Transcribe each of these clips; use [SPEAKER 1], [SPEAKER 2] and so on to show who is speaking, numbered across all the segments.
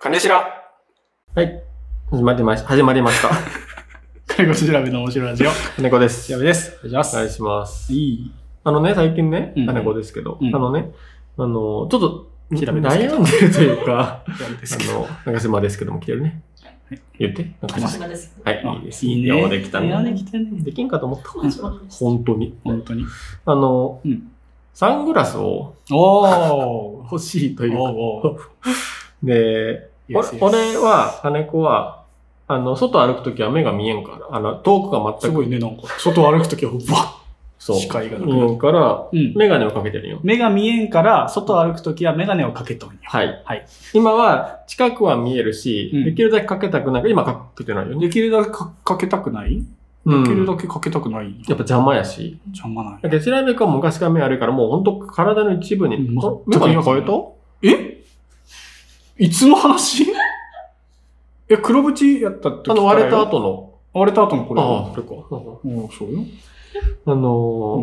[SPEAKER 1] 金しら
[SPEAKER 2] 始まりました。始まりました。
[SPEAKER 3] 介護調べの面白いラジオ。
[SPEAKER 2] 金子です。
[SPEAKER 3] 調べです。お願いし
[SPEAKER 2] お
[SPEAKER 3] ま
[SPEAKER 2] 願い
[SPEAKER 3] す。
[SPEAKER 2] します。
[SPEAKER 3] いい。
[SPEAKER 2] あのね、最近ね、
[SPEAKER 3] うん
[SPEAKER 2] 金子ですけど、
[SPEAKER 3] うん
[SPEAKER 2] あのね、あの、ちょっと、
[SPEAKER 3] 調べですけ
[SPEAKER 2] 悩んでるという か、あ
[SPEAKER 3] 調べですけど。
[SPEAKER 2] の、長島ですけども来てるね。言って。
[SPEAKER 3] 来ま
[SPEAKER 4] 広
[SPEAKER 3] す
[SPEAKER 4] 島です。
[SPEAKER 2] はい、いいです。
[SPEAKER 3] あいいね
[SPEAKER 2] ようできた
[SPEAKER 3] いや
[SPEAKER 2] ね。
[SPEAKER 3] できたね。
[SPEAKER 2] できんかと思った。
[SPEAKER 4] 広島です。
[SPEAKER 2] 本当に。
[SPEAKER 3] 本当に。
[SPEAKER 2] あの、
[SPEAKER 3] うん
[SPEAKER 2] サングラスを
[SPEAKER 3] おー。
[SPEAKER 2] 欲しいというか、
[SPEAKER 3] おーお
[SPEAKER 2] で、
[SPEAKER 3] ー。
[SPEAKER 2] 俺俺、は、金子は、あの、外歩くときは目が見えんから、あの、遠くが全く。
[SPEAKER 3] すごいね、なんか、外歩くときは、ば
[SPEAKER 2] そう。
[SPEAKER 3] 視界がなくなる
[SPEAKER 2] うん、から、
[SPEAKER 3] うん。
[SPEAKER 2] メガネをかけてるよ。
[SPEAKER 3] 目が見えんから、外歩くときはメガネをかけとんや。
[SPEAKER 2] はい。
[SPEAKER 3] はい
[SPEAKER 2] 今は、近くは見えるし、
[SPEAKER 3] うん
[SPEAKER 2] できるだけかけたくない。今かけてないよね。
[SPEAKER 3] できるだけかかけたくないで
[SPEAKER 2] うん
[SPEAKER 3] きるだけかけたくない。やっ
[SPEAKER 2] やっぱ邪魔やし。
[SPEAKER 3] 邪魔ない。
[SPEAKER 2] だけど、調べか昔から目悪いから、もう本当体の一部に。
[SPEAKER 3] うん
[SPEAKER 2] おメ
[SPEAKER 3] 全
[SPEAKER 2] ガ
[SPEAKER 3] く
[SPEAKER 2] ネ
[SPEAKER 3] 違
[SPEAKER 2] 変
[SPEAKER 3] 和感
[SPEAKER 2] え
[SPEAKER 3] ない
[SPEAKER 2] た
[SPEAKER 3] えいつの話 え、黒縁やったって
[SPEAKER 2] あの、割れた
[SPEAKER 3] 後。
[SPEAKER 2] 後の。
[SPEAKER 3] 割れた後のこれ
[SPEAKER 2] ああ、
[SPEAKER 3] は。
[SPEAKER 2] それか。う
[SPEAKER 3] おーそうよ。
[SPEAKER 2] んあの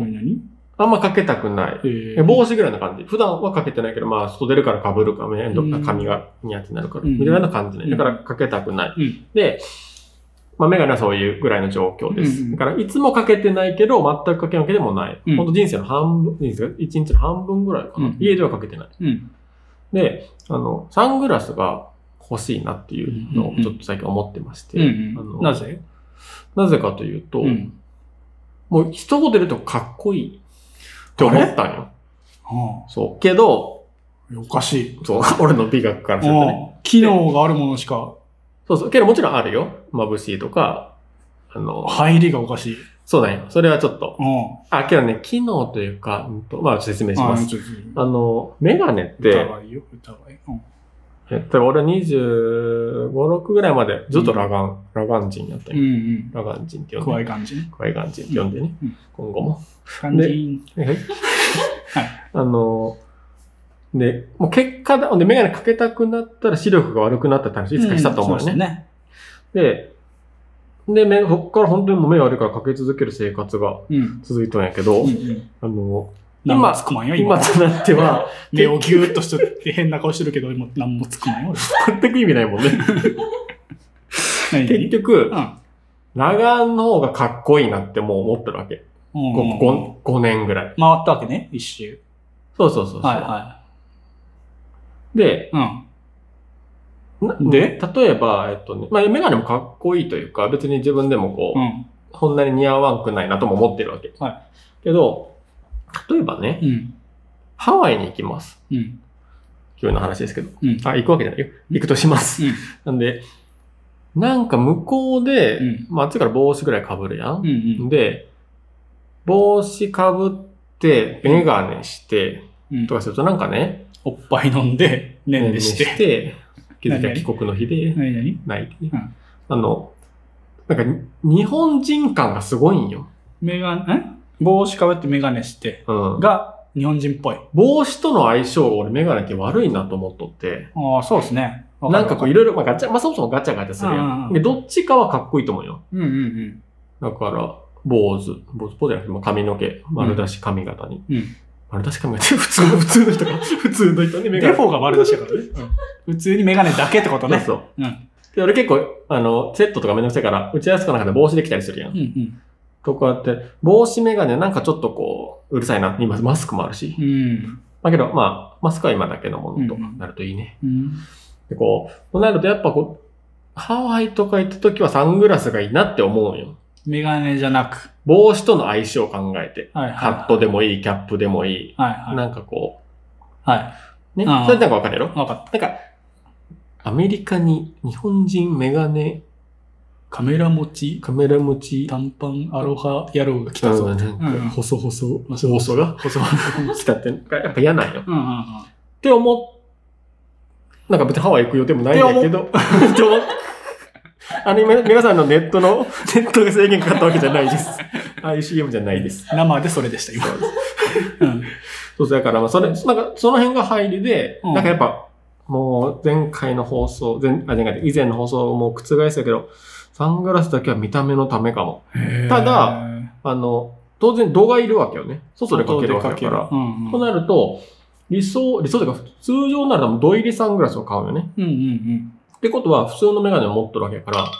[SPEAKER 2] ー
[SPEAKER 3] 何何
[SPEAKER 2] あんまかけたくない。
[SPEAKER 3] え
[SPEAKER 2] え帽子ぐらいの感じ。普段はかけてないけど、まあ、外出るから被るか、めんどくさい
[SPEAKER 3] うん
[SPEAKER 2] 髪がニヤってなるから、
[SPEAKER 3] うん
[SPEAKER 2] みたいな感じね。
[SPEAKER 3] うん
[SPEAKER 2] だから、かけたくない。
[SPEAKER 3] うん
[SPEAKER 2] で、まあ、メガネはそういうぐらいの状況です。
[SPEAKER 3] うんうん
[SPEAKER 2] だから、いつもかけてないけど、全くかけるわけでもない。
[SPEAKER 3] うん
[SPEAKER 2] ほんと人生の半分、人生、一日の半分ぐらいかな。
[SPEAKER 3] うん
[SPEAKER 2] 家ではかけてない。
[SPEAKER 3] うん。
[SPEAKER 2] で、あの、サングラスが欲しいなっていうのを
[SPEAKER 3] うんうん
[SPEAKER 2] ちょっと最近思ってまして、
[SPEAKER 3] うん
[SPEAKER 2] あの
[SPEAKER 3] なぜ
[SPEAKER 2] なぜかというと、
[SPEAKER 3] うん。
[SPEAKER 2] もう人を出るとかっこいいって思ったんよ。
[SPEAKER 3] あ
[SPEAKER 2] そう。けど、
[SPEAKER 3] あ、おかしい。
[SPEAKER 2] そう、 俺の美学からするとね。
[SPEAKER 3] ああ機能があるものしか、
[SPEAKER 2] そうそう。けどもちろんあるよ。眩しいとか、あの、
[SPEAKER 3] 入りがおかしい。
[SPEAKER 2] そうだよ。それはちょっと。
[SPEAKER 3] ああ
[SPEAKER 2] あ、けどね、機能というか、うんとまあ説明しま
[SPEAKER 3] ああ
[SPEAKER 2] す。
[SPEAKER 3] ちょっと
[SPEAKER 2] あの、メガネって、
[SPEAKER 3] 疑いよ、疑い。うん
[SPEAKER 2] えっと、俺25、6ぐらいまでずっと裸眼、裸眼人やった
[SPEAKER 3] うん
[SPEAKER 2] よ。
[SPEAKER 3] うん。
[SPEAKER 2] 裸眼人って呼ん
[SPEAKER 3] 怖
[SPEAKER 2] で。
[SPEAKER 3] い感じ。
[SPEAKER 2] 怖い眼人って呼んでね。
[SPEAKER 3] うん
[SPEAKER 2] 今後も。
[SPEAKER 3] 感じ。
[SPEAKER 2] はい はい。あの、で、もう結果だ、で、メガネかけたくなったら視力が悪くなったって話、いつかしたと思うよね。
[SPEAKER 3] んそですね。
[SPEAKER 2] で、で、目、そっから本当にもう目悪いからかけ続ける生活が
[SPEAKER 3] うん。
[SPEAKER 2] 続いたんやけど、
[SPEAKER 3] うんうん
[SPEAKER 2] あの、
[SPEAKER 3] 何も
[SPEAKER 2] 今
[SPEAKER 3] つくまんよ、
[SPEAKER 2] 今
[SPEAKER 3] 今。
[SPEAKER 2] となっては、
[SPEAKER 3] 目をギューッとしとって変な顔してるけど、今何もつくまんよ、俺。
[SPEAKER 2] 全く意味ないもんね。
[SPEAKER 3] 何
[SPEAKER 2] 結局、
[SPEAKER 3] 々
[SPEAKER 2] 裸眼の方がかっこいいなってもう思ってるわけ。
[SPEAKER 3] うん。
[SPEAKER 2] こ
[SPEAKER 3] うん
[SPEAKER 2] こ 5, 年ぐらい。
[SPEAKER 3] 回ったわけね、一周。
[SPEAKER 2] そうそうそうそう、
[SPEAKER 3] はいは
[SPEAKER 2] で、
[SPEAKER 3] い。うん。
[SPEAKER 2] な
[SPEAKER 3] で
[SPEAKER 2] 例えば、えっとね、まあ、メガネもかっこいいというか、別に自分でもこう、
[SPEAKER 3] うん。
[SPEAKER 2] そんなに似合わんくないなとも思ってるわけ。
[SPEAKER 3] は
[SPEAKER 2] けど、例えばね、
[SPEAKER 3] うん。
[SPEAKER 2] ハワイに行きます。
[SPEAKER 3] うん。
[SPEAKER 2] 急な話ですけど。
[SPEAKER 3] うん。
[SPEAKER 2] あ、行くわけじゃないよ。行くとします。
[SPEAKER 3] うん
[SPEAKER 2] なんで、なんか向こうで、
[SPEAKER 3] うん
[SPEAKER 2] まあ、あっちから帽子ぐらい被るやん
[SPEAKER 3] うん。うん。
[SPEAKER 2] で、帽子かぶって、メガネして、
[SPEAKER 3] うん
[SPEAKER 2] とかするとなんかね、
[SPEAKER 3] おっぱい飲んで、ねんでし
[SPEAKER 2] 年
[SPEAKER 3] て。
[SPEAKER 2] で気づきゃ帰国の日で
[SPEAKER 3] 何々
[SPEAKER 2] 泣いて、
[SPEAKER 3] ん
[SPEAKER 2] あの、なんかに日本人感がすごいんよ。
[SPEAKER 3] メガネ、ん帽子かぶってメガネして、
[SPEAKER 2] うん、
[SPEAKER 3] が日本人っぽい。
[SPEAKER 2] 帽子との相性が俺メガネって悪いなと思っとって、
[SPEAKER 3] ああ、そうですね。わ
[SPEAKER 2] なん
[SPEAKER 3] る
[SPEAKER 2] かこういろいろ、まあ、ガチャ、まあそもそもガチャガチャするや
[SPEAKER 3] うんうん
[SPEAKER 2] ん。
[SPEAKER 3] うん
[SPEAKER 2] で、どっちかはかっこいいと思うよ。
[SPEAKER 3] うんうん
[SPEAKER 2] だから、坊主、坊主、坊主じゃなくて、まあ髪の毛、丸出し髪型に。
[SPEAKER 3] うん。うん。
[SPEAKER 2] 丸出し髪型、普 通の、普通の人か。普通の人にメガ
[SPEAKER 3] デ
[SPEAKER 2] ネ。
[SPEAKER 3] フォーが悪出しだからね。普通にメガネだけってことね。。
[SPEAKER 2] そうう。
[SPEAKER 3] ん。
[SPEAKER 2] で、俺結構、あの、セットとかめんどくさいから、打ち合わせとかなんかで帽子できたりするや。
[SPEAKER 3] うんん
[SPEAKER 2] とかって、帽子メガネなんかちょっとこう、うるさいな。今、マスクもあるし
[SPEAKER 3] う。ん。
[SPEAKER 2] だけど、まあ、マスクは今だけのものと
[SPEAKER 3] うんうん
[SPEAKER 2] なるといいね。
[SPEAKER 3] うん。
[SPEAKER 2] で、こう、となるとやっぱこう、ハワイとか行った時はサングラスがいいなって思うよ。
[SPEAKER 3] メガネじゃなく。
[SPEAKER 2] 帽子との相性を考えて。
[SPEAKER 3] はいはい。
[SPEAKER 2] ハットでもいい、キャップでもいい。
[SPEAKER 3] はいはい。
[SPEAKER 2] なんかこ
[SPEAKER 3] は
[SPEAKER 2] う、ね。
[SPEAKER 3] ああ
[SPEAKER 2] それなんかわかるやろ
[SPEAKER 3] い。わかった。
[SPEAKER 2] なんか、アメリカに日本人メガネ、
[SPEAKER 3] カメラ持ち、
[SPEAKER 2] カメラ持ち、
[SPEAKER 3] 短パン、アロハ野郎が来たぞ。
[SPEAKER 2] う
[SPEAKER 3] うんん
[SPEAKER 2] なんか
[SPEAKER 3] うん
[SPEAKER 2] 細細、細細が、細々 来たって、なんかやっぱ嫌なんよ。っ
[SPEAKER 3] うんうん。
[SPEAKER 2] て思っ、なんか別にハワイ行く予定もないんだけど、って思っあの、今皆さんのネットの、ネットが制限かかったわけじゃないです。ああいう CM じゃないです。
[SPEAKER 3] 生でそれでした、今。うん。
[SPEAKER 2] そうそう、だから、まあ、それ、なんか、その辺が入りで、
[SPEAKER 3] うん
[SPEAKER 2] なんかやっぱ、もう、前回の放送、前、あ、前回で、以前の放送も覆したけど、サングラスだけは見た目のためかも。
[SPEAKER 3] へー
[SPEAKER 2] ただ、あの、当然、度がいるわけよね。外でかけるわけだから。
[SPEAKER 3] うんうん
[SPEAKER 2] となると、理想、理想というか、通常なら多分土入りサングラスを買うよね。
[SPEAKER 3] うんうんうん。
[SPEAKER 2] ってことは、普通のメガネを持ってるわけやから、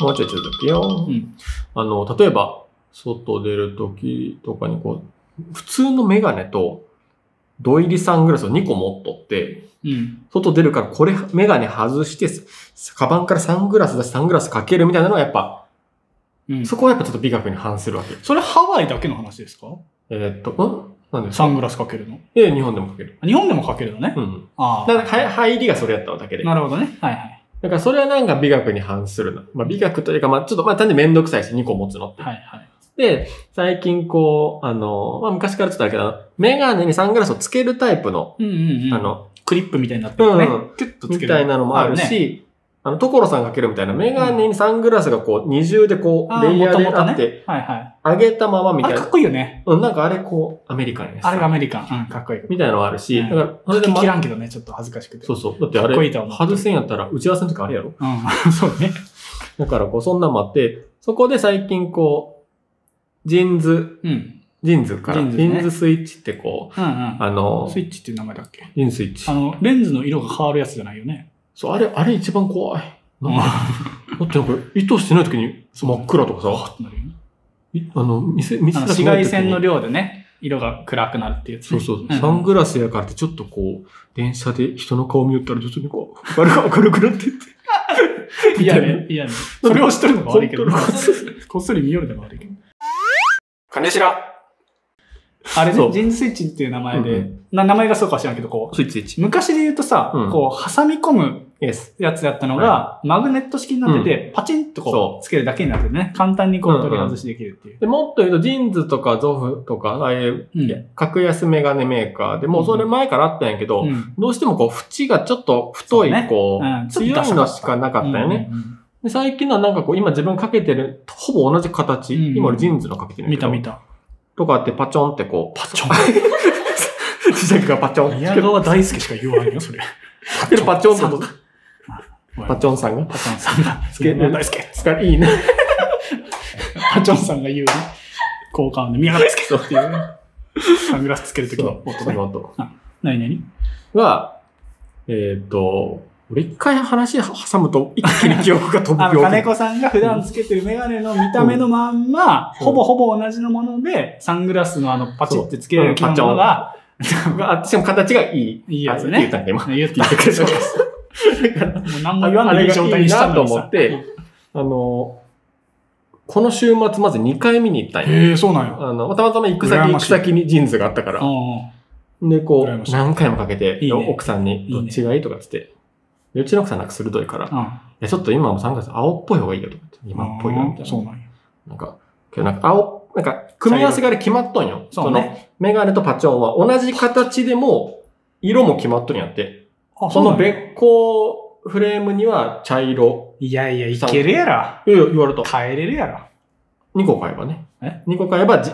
[SPEAKER 2] もうちょいちょっとだけよ。
[SPEAKER 3] うん
[SPEAKER 2] あの、例えば、外出るときとかにこう、普通のメガネと、土入りサングラスを2個持っとって、
[SPEAKER 3] うん。うん。
[SPEAKER 2] 外出るからこれ、メガネ外して、すカバンからサングラス出してサングラスかけるみたいなのはやっぱ、
[SPEAKER 3] うん、
[SPEAKER 2] そ
[SPEAKER 3] そ
[SPEAKER 2] こはやっぱちょっと美学に反するわけ。
[SPEAKER 3] れハワイだけの話ですか
[SPEAKER 2] えーっと、んなんで
[SPEAKER 3] サングラスかけるの。
[SPEAKER 2] え、日本でもかける。
[SPEAKER 3] 日本でもかけるのね。
[SPEAKER 2] うん。
[SPEAKER 3] ああ。
[SPEAKER 2] だからは入りがそれやっただけで。
[SPEAKER 3] なるほどね。はいはい。
[SPEAKER 2] だからそれはなんか美学に反するな。まあ美学というか、まあちょっと、まあ単にめんどくさいし、2個持つのって。
[SPEAKER 3] はいはい。
[SPEAKER 2] で、最近こう、あの、まあ昔からちょっとあれけど、メガネにサングラスをつけるタイプの、
[SPEAKER 3] うんうんうん。
[SPEAKER 2] あ、の、
[SPEAKER 3] クリップみたいになって
[SPEAKER 2] う
[SPEAKER 3] るね。
[SPEAKER 2] ん、
[SPEAKER 3] キュッとつける。
[SPEAKER 2] みたいなのもある
[SPEAKER 3] ある
[SPEAKER 2] し、あの、所さんかけるみたいな、メガネにサングラスがこう、二重でこ
[SPEAKER 3] あ
[SPEAKER 2] う、
[SPEAKER 3] ー
[SPEAKER 2] レイヤーで
[SPEAKER 3] もともとね
[SPEAKER 2] あって、
[SPEAKER 3] はいはい。
[SPEAKER 2] 上げたままみ
[SPEAKER 3] あ
[SPEAKER 2] たい
[SPEAKER 3] れかっ
[SPEAKER 2] な。
[SPEAKER 3] こいいよね。
[SPEAKER 2] うん、なんかあれこう、アメリカンです。
[SPEAKER 3] あれがアメリカン。うん、かっこいい。
[SPEAKER 2] みたいなのあるし、
[SPEAKER 3] う
[SPEAKER 2] だ
[SPEAKER 3] ん
[SPEAKER 2] から、それで
[SPEAKER 3] 聞
[SPEAKER 2] ま
[SPEAKER 3] き、らんけどね、ちょっと恥ずかしくて。。
[SPEAKER 2] そううそう。だってあ
[SPEAKER 3] かっこいい
[SPEAKER 2] れ、
[SPEAKER 3] とは思う
[SPEAKER 2] 外せんやったら、打ち合わせの時あれやろ
[SPEAKER 3] ん、 そうね。
[SPEAKER 2] だからこう、そんなんもあって、そこで最近こう、ジーンズ、
[SPEAKER 3] うん。
[SPEAKER 2] ジーンズから、
[SPEAKER 3] ジ
[SPEAKER 2] ジ
[SPEAKER 3] ーンズね
[SPEAKER 2] ーンズスイッチってこ
[SPEAKER 3] うん
[SPEAKER 2] う、あ
[SPEAKER 3] う
[SPEAKER 2] の
[SPEAKER 3] ん。、スイッチっていう名前だっけ
[SPEAKER 2] ジーンズスイッチ
[SPEAKER 3] あ。の、レンズの色が変わるやつじゃないよね。
[SPEAKER 2] そう、あれ、あれ一番怖い。なんか
[SPEAKER 3] あ
[SPEAKER 2] だってなんか、意図してない時にそう真っ暗とか さ、
[SPEAKER 3] なるよね
[SPEAKER 2] いあの、見せ、見せ
[SPEAKER 3] あの
[SPEAKER 2] たく
[SPEAKER 3] 紫
[SPEAKER 2] ない
[SPEAKER 3] 外
[SPEAKER 2] 時に
[SPEAKER 3] 線の量でね、色が暗くなるってやつ
[SPEAKER 2] そ
[SPEAKER 3] ね。
[SPEAKER 2] うそう、
[SPEAKER 3] ん
[SPEAKER 2] サングラスやからってちょっとこう、電車で人の顔見よったらちょっとね、こう、明るく明るくなってって。
[SPEAKER 3] いやね、いや ね。それを知っとるのが悪いけど。
[SPEAKER 2] コントロ
[SPEAKER 3] こっそり見よるのが悪いけど。
[SPEAKER 2] 金白
[SPEAKER 3] あれ
[SPEAKER 2] そ
[SPEAKER 3] ね、
[SPEAKER 2] う
[SPEAKER 3] ジーンズスイッチっていう名前
[SPEAKER 2] うんう
[SPEAKER 3] で、な名前がそうか知らんけど、こ
[SPEAKER 2] スイッチスイッチ。
[SPEAKER 3] う、昔で言うとさ、
[SPEAKER 2] うん
[SPEAKER 3] こう、挟み込む
[SPEAKER 2] イエス。
[SPEAKER 3] やつやったのが、マグネット式になってて、パチンと
[SPEAKER 2] そ
[SPEAKER 3] こう、つけるだけになってね、簡単にこ
[SPEAKER 2] う
[SPEAKER 3] う、
[SPEAKER 2] んうん
[SPEAKER 3] 取り外しできるっていう。
[SPEAKER 2] で、もっと言うと、ジーンズとかゾフとか、ああいう
[SPEAKER 3] うん
[SPEAKER 2] いや格安メガネメーカーで、もうそれ前からあったんやけど、
[SPEAKER 3] うん
[SPEAKER 2] どうしてもこう、縁がちょっと太い
[SPEAKER 3] そうね、
[SPEAKER 2] こう、
[SPEAKER 3] うん
[SPEAKER 2] 強いのしかなかったよね。。で最近のはなんかこう、今自分かけてる、ほぼ同じ形、
[SPEAKER 3] うん
[SPEAKER 2] 今俺ジーンズのかけて
[SPEAKER 3] うん
[SPEAKER 2] る
[SPEAKER 3] 見た見
[SPEAKER 2] た。
[SPEAKER 3] た。
[SPEAKER 2] とかってパチョンってこう、
[SPEAKER 3] パチョ
[SPEAKER 2] 磁石がパチョン
[SPEAKER 3] ン。
[SPEAKER 2] って
[SPEAKER 3] 宮川大輔しか言わんよ、それ。
[SPEAKER 2] つけるパチョンと、 パ
[SPEAKER 3] パチ
[SPEAKER 2] チョンさんが。
[SPEAKER 3] パチョンさんが。
[SPEAKER 2] つけ
[SPEAKER 3] 宮
[SPEAKER 2] る
[SPEAKER 3] 川大輔。
[SPEAKER 2] つかいいね。
[SPEAKER 3] パチョンさんが言うね。交換で、宮川大輔っていうね。サングラスつけるとき
[SPEAKER 2] そ
[SPEAKER 3] の
[SPEAKER 2] う、
[SPEAKER 3] 音
[SPEAKER 2] そ
[SPEAKER 3] ね。
[SPEAKER 2] の音
[SPEAKER 3] 何何
[SPEAKER 2] が、えーっと、俺一回話挟むと一気に記憶が飛ぶ
[SPEAKER 3] あ
[SPEAKER 2] よ。
[SPEAKER 3] の、金子さんが普段つけてるメガネの見た目のまんま、
[SPEAKER 2] うん
[SPEAKER 3] ほぼほぼ同じのもので、サングラスのあの、パチってつけれる機能のものが、
[SPEAKER 2] が、しかも形がいい。
[SPEAKER 3] いいやつ
[SPEAKER 2] あって言
[SPEAKER 3] ね
[SPEAKER 2] っ。たんだ、今。
[SPEAKER 3] 言って言ってく れたもう何も言わんでいい状態にしたのに
[SPEAKER 2] あ
[SPEAKER 3] さ
[SPEAKER 2] れがいいなとあの、この週末まず2回見に行ったんよ。
[SPEAKER 3] へえ、そうなんや。
[SPEAKER 2] あの、たまたま行く先
[SPEAKER 3] 羨
[SPEAKER 2] 行
[SPEAKER 3] ま
[SPEAKER 2] く
[SPEAKER 3] しい
[SPEAKER 2] 先にジーンズがあったから。
[SPEAKER 3] う
[SPEAKER 2] で、こ
[SPEAKER 3] 羨まし
[SPEAKER 2] う、
[SPEAKER 3] い
[SPEAKER 2] 何回もかけて、
[SPEAKER 3] いいね
[SPEAKER 2] 奥さんに、
[SPEAKER 3] いい
[SPEAKER 2] ど
[SPEAKER 3] ね
[SPEAKER 2] っちがいいとかっつって。でうちの奥さんなんか鋭いから、い
[SPEAKER 3] ん。うん。
[SPEAKER 2] や、ちょっと今はもう3月青っぽい方がいいよとかって。今っぽいよみたい
[SPEAKER 3] そう
[SPEAKER 2] な。
[SPEAKER 3] なんや。
[SPEAKER 2] なんか、けどなんか青、なんか、組み合わせがあれ決まっとんよ。
[SPEAKER 3] そう
[SPEAKER 2] の、
[SPEAKER 3] ね。
[SPEAKER 2] メガネとパチョンは同じ形でも、色も決まっとるんやって。この別光フレームには茶色。
[SPEAKER 3] いやいや、いけるやろ。
[SPEAKER 2] いやいや言われた。
[SPEAKER 3] 変えれるやろ。
[SPEAKER 2] 2個買えばね。
[SPEAKER 3] え
[SPEAKER 2] ?2 個買えばじ、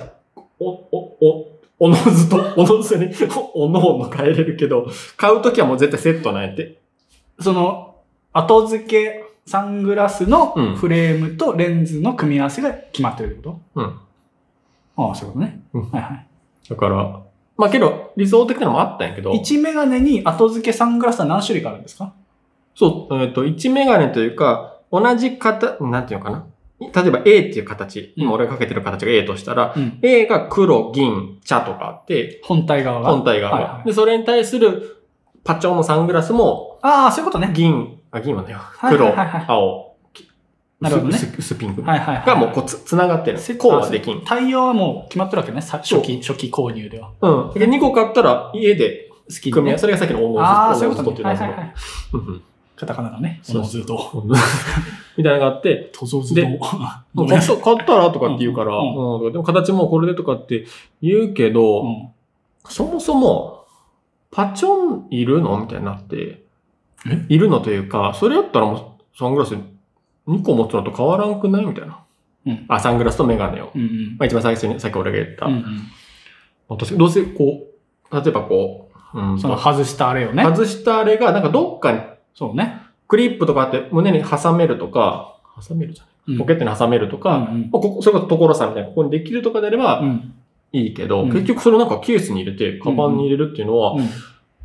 [SPEAKER 2] お、お、お、おのずと、おのずに、おおのおの買えれるけど、買うときはもう絶対セットなんやって。
[SPEAKER 3] その、後付け、サングラスの
[SPEAKER 2] うん
[SPEAKER 3] フレームとレンズの組み合わせが決まってるってこ
[SPEAKER 2] うん。
[SPEAKER 3] とああ、そういうことね。
[SPEAKER 2] うん
[SPEAKER 3] はいはい。
[SPEAKER 2] だから、まあけど、理想的なのもあったんやけど、
[SPEAKER 3] 1メガネに後付けサングラスは何種類かあるんですか
[SPEAKER 2] そう、えっ、と、1メガネというか、同じ型、なんていうのかな。例えば A っていう形、
[SPEAKER 3] うん
[SPEAKER 2] 今俺がかけてる形が A としたら、
[SPEAKER 3] うん。
[SPEAKER 2] A が黒、銀、茶とかあって、
[SPEAKER 3] 本体側が。
[SPEAKER 2] 本体側が、
[SPEAKER 3] はいはい
[SPEAKER 2] で、それに対するパチョンのサングラスも、
[SPEAKER 3] ああ、そういうことね。
[SPEAKER 2] 銀、あ、銀はないわ。
[SPEAKER 3] はいはい
[SPEAKER 2] 黒、
[SPEAKER 3] はいはい
[SPEAKER 2] 青、き
[SPEAKER 3] なるほどね
[SPEAKER 2] 薄薄薄ピンク。
[SPEAKER 3] はいはいはい。
[SPEAKER 2] がもうこうつ、つながってる
[SPEAKER 3] セッ。ト
[SPEAKER 2] コースできん。
[SPEAKER 3] 対応はもう決まってるわけね。さ
[SPEAKER 2] そう
[SPEAKER 3] 初期、初期購入では。
[SPEAKER 2] うん。で、2個買ったら家で
[SPEAKER 3] 好き
[SPEAKER 2] 組み合わせ、そ
[SPEAKER 3] せ。
[SPEAKER 2] れがさっきのオー
[SPEAKER 3] あ
[SPEAKER 2] ノ
[SPEAKER 3] あ、
[SPEAKER 2] ー
[SPEAKER 3] そ
[SPEAKER 2] ズ
[SPEAKER 3] う
[SPEAKER 2] オ
[SPEAKER 3] い
[SPEAKER 2] ーノーズ
[SPEAKER 3] うこと
[SPEAKER 2] とって
[SPEAKER 3] ね。
[SPEAKER 2] いうの
[SPEAKER 3] はい
[SPEAKER 2] が
[SPEAKER 3] は
[SPEAKER 2] その
[SPEAKER 3] いはい。
[SPEAKER 2] うんうん
[SPEAKER 3] カタカナだね。
[SPEAKER 2] そう
[SPEAKER 3] おのずと。
[SPEAKER 2] オーノーズみたいなのがあって、
[SPEAKER 3] とぞず
[SPEAKER 2] で
[SPEAKER 3] と。
[SPEAKER 2] も
[SPEAKER 3] ご
[SPEAKER 2] う
[SPEAKER 3] め
[SPEAKER 2] 買
[SPEAKER 3] んな
[SPEAKER 2] っ
[SPEAKER 3] さい
[SPEAKER 2] た買ったらとかって言うから、
[SPEAKER 3] うん
[SPEAKER 2] うんでも形もこれでとかって言うけど、
[SPEAKER 3] うん
[SPEAKER 2] そもそも、パチョンいるのみたいになって
[SPEAKER 3] え、
[SPEAKER 2] いるのというか、それやったらもうサングラス2個持つのと変わらんくないみたいな。
[SPEAKER 3] うん
[SPEAKER 2] あ、サングラスとメガネを。
[SPEAKER 3] うんうん
[SPEAKER 2] まあ一番最初に、さっき俺が言った。
[SPEAKER 3] うんうん
[SPEAKER 2] まあ確かにどうせこう、例えばこう、うんと
[SPEAKER 3] その外したあれよね。
[SPEAKER 2] 外したあれが、なんかどっかに、
[SPEAKER 3] そうね。
[SPEAKER 2] クリップとかあって胸に挟めるとか、挟めるじゃない、
[SPEAKER 3] うん
[SPEAKER 2] ポケットに挟めるとか、
[SPEAKER 3] うんうん
[SPEAKER 2] まあここそれこそ所さんみたいな、ここにできるとかであれば、
[SPEAKER 3] うん
[SPEAKER 2] いいけど、
[SPEAKER 3] うん
[SPEAKER 2] 結局それなんかケースに入れて、カバンに入れるっていうのは、
[SPEAKER 3] うん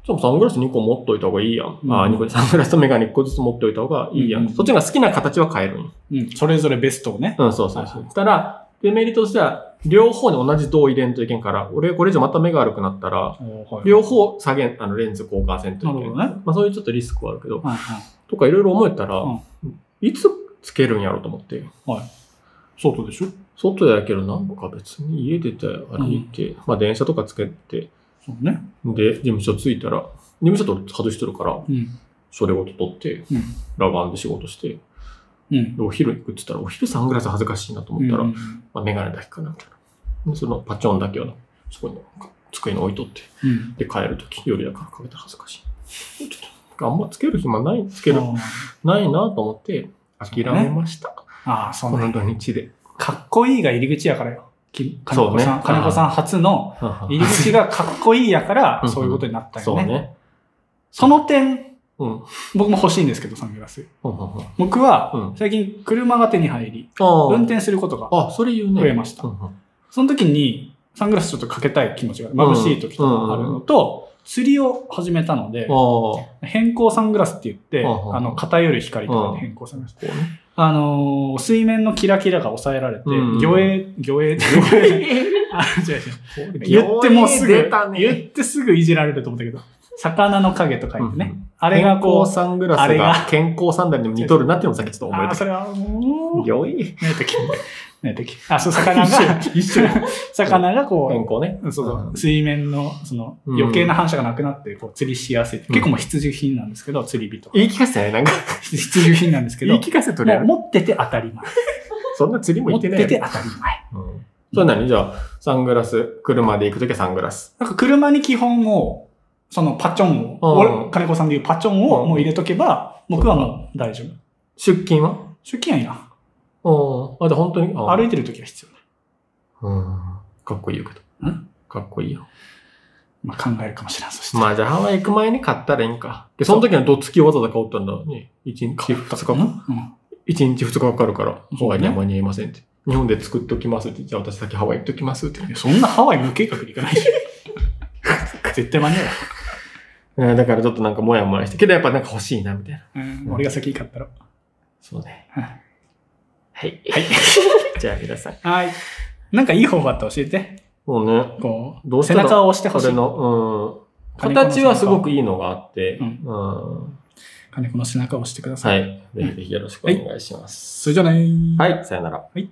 [SPEAKER 2] ちょっとサングラス2個持っといた方がいいやん。
[SPEAKER 3] うん
[SPEAKER 2] あ、2個、サングラスとメガネ1個ずつ持っておいた方がいいやん。
[SPEAKER 3] うん
[SPEAKER 2] そっちが好きな形は変えるんよ。
[SPEAKER 3] うん。それぞれベストをね。
[SPEAKER 2] うん、そうそう
[SPEAKER 3] はい
[SPEAKER 2] そう。たら、デメリットとしては、両方に同じ銅を入れんといけんから、俺これ以上また目が悪くなったら、両方下げん、あの、レンズ交換せんといけん。
[SPEAKER 3] なるほど
[SPEAKER 2] まあそういうちょっとリスクはあるけど、
[SPEAKER 3] はいはい。
[SPEAKER 2] とかいろいろ思えたら、
[SPEAKER 3] うん
[SPEAKER 2] いつつけるんやろうと思って。
[SPEAKER 3] 外でしょ
[SPEAKER 2] 外やけどなんか別に家出て歩いて、まあ電車とかつけて、
[SPEAKER 3] そうね。
[SPEAKER 2] で、事務所着いたら、事務所と外してるから、
[SPEAKER 3] うん。
[SPEAKER 2] 袖ごと取って、
[SPEAKER 3] うん
[SPEAKER 2] ラガンで仕事して、
[SPEAKER 3] うん。
[SPEAKER 2] でお昼行くって言ったら、お昼サングラス恥ずかしいなと思ったら、
[SPEAKER 3] うん
[SPEAKER 2] まあ、メガネだけかな、みたいな。でそのパチョンだけをな、そこに机に置いとって、
[SPEAKER 3] うん。
[SPEAKER 2] で、帰るとき、夜だからかけたら恥ずかしい。ちょっと、あんまつける暇ない、つける、
[SPEAKER 3] あー
[SPEAKER 2] ないなと思って、諦めました。
[SPEAKER 3] あー、そう
[SPEAKER 2] こ
[SPEAKER 3] ね。
[SPEAKER 2] の土日で。
[SPEAKER 3] かっこいいが入り口やからよ。き金
[SPEAKER 2] そう
[SPEAKER 3] 子
[SPEAKER 2] ね
[SPEAKER 3] さん、金子さん初の入り口がかっこいいやから、 そういうことになった
[SPEAKER 2] そ
[SPEAKER 3] よ
[SPEAKER 2] う
[SPEAKER 3] ね。
[SPEAKER 2] ね。
[SPEAKER 3] その点、
[SPEAKER 2] うん。うん
[SPEAKER 3] 僕も欲しいんですけど、サングラス。
[SPEAKER 2] うんうん
[SPEAKER 3] 僕
[SPEAKER 2] う
[SPEAKER 3] は
[SPEAKER 2] ん、
[SPEAKER 3] 最近車が手に入り、
[SPEAKER 2] あ
[SPEAKER 3] 運
[SPEAKER 2] ー
[SPEAKER 3] 転することが、
[SPEAKER 2] あ、それ言うね。
[SPEAKER 3] 増えました
[SPEAKER 2] うんうん
[SPEAKER 3] その時に、サングラスちょっとかけたい気持ちが、眩しい時とかあるのと、釣りを始めたので、
[SPEAKER 2] あー
[SPEAKER 3] 変光サングラスって言って、
[SPEAKER 2] うんうん
[SPEAKER 3] あの、偏る光とかで変光サングラス。
[SPEAKER 2] こうね
[SPEAKER 3] あのー水面のキラキラが抑えられて、
[SPEAKER 2] うん
[SPEAKER 3] 魚影、魚影って、魚影 あ違う違 う言ってもうす
[SPEAKER 2] 出
[SPEAKER 3] ぐ
[SPEAKER 2] た、ね
[SPEAKER 3] 言ってすぐいじられると思ったけど、魚の影と書いてね。あれが
[SPEAKER 2] 健
[SPEAKER 3] こ
[SPEAKER 2] 康
[SPEAKER 3] う、
[SPEAKER 2] サングラ
[SPEAKER 3] あ
[SPEAKER 2] ス
[SPEAKER 3] れ
[SPEAKER 2] が
[SPEAKER 3] が
[SPEAKER 2] 健康サンダルにも似とるなっていうのをさっきちょっと覚え
[SPEAKER 3] あー
[SPEAKER 2] て
[SPEAKER 3] それはもう、
[SPEAKER 2] よい。
[SPEAKER 3] ねてき、ねてき。あ、そう、魚が、
[SPEAKER 2] 一緒や。
[SPEAKER 3] 魚がこう、
[SPEAKER 2] 健康ね。
[SPEAKER 3] そうそう
[SPEAKER 2] うん
[SPEAKER 3] 水面のその
[SPEAKER 2] うん
[SPEAKER 3] 余計な反射がなくなってこう釣りしやすい、結構もう必需品なんですけど釣り人
[SPEAKER 2] 言い聞かせたね。なんか、
[SPEAKER 3] 必需品なんですけど
[SPEAKER 2] 言い
[SPEAKER 3] も
[SPEAKER 2] 聞かせと
[SPEAKER 3] う
[SPEAKER 2] れる。
[SPEAKER 3] 持ってて当たり前
[SPEAKER 2] そんな釣りも
[SPEAKER 3] 持
[SPEAKER 2] 行
[SPEAKER 3] っ
[SPEAKER 2] って
[SPEAKER 3] て
[SPEAKER 2] ないやろ
[SPEAKER 3] て。当たり前
[SPEAKER 2] うんそれなにじゃあ、サングラス、車で行くときはサングラス。
[SPEAKER 3] なんか車に基本もうそのパチョンを、
[SPEAKER 2] うん
[SPEAKER 3] 俺金子さんでいうパチョンを
[SPEAKER 2] うん
[SPEAKER 3] もう入れとけば、僕はもう大丈夫
[SPEAKER 2] 出勤は
[SPEAKER 3] 出勤はいいな
[SPEAKER 2] うん。あ、で本当に。あ
[SPEAKER 3] 歩いてる時は必要ない、
[SPEAKER 2] うん。かっこいいよけど
[SPEAKER 3] ん。
[SPEAKER 2] かっこいいよ。
[SPEAKER 3] まあ、考えるかもしれんそして、
[SPEAKER 2] まあじゃあハワイ行く前に買ったらいいんか。で、その時のどつきをわざわざ買おったんだね。一日二日
[SPEAKER 3] う
[SPEAKER 2] か
[SPEAKER 3] んう。ん
[SPEAKER 2] 一日二日かかるから、
[SPEAKER 3] ね
[SPEAKER 2] ハワイにあんまり合いませんって。日本で作っときますって。じゃあ私先ハワイ行っときますって。
[SPEAKER 3] いやそんなハワイ無計画で行かな いでしょ絶対間に合うよ、
[SPEAKER 2] うんだからちょっとなんかもやもやして。けどやっぱなんか欲しいな、みたいな。
[SPEAKER 3] うん、俺が先行かったら
[SPEAKER 2] そうね。
[SPEAKER 3] はい
[SPEAKER 2] はい。はい。 じゃあ皆さん。
[SPEAKER 3] はい。なんかいい方法あったら教えて。
[SPEAKER 2] もうね、
[SPEAKER 3] こう、
[SPEAKER 2] どうした
[SPEAKER 3] 背
[SPEAKER 2] ら
[SPEAKER 3] 中を押してほし
[SPEAKER 2] こ
[SPEAKER 3] い
[SPEAKER 2] れ。の、うん、形はすごくいいのがあって、う
[SPEAKER 3] うんん。金子の背中を押してください。
[SPEAKER 2] はい。ぜひぜひよろしくお願いします。
[SPEAKER 3] それじゃねー。
[SPEAKER 2] はい、さよなら。
[SPEAKER 3] はい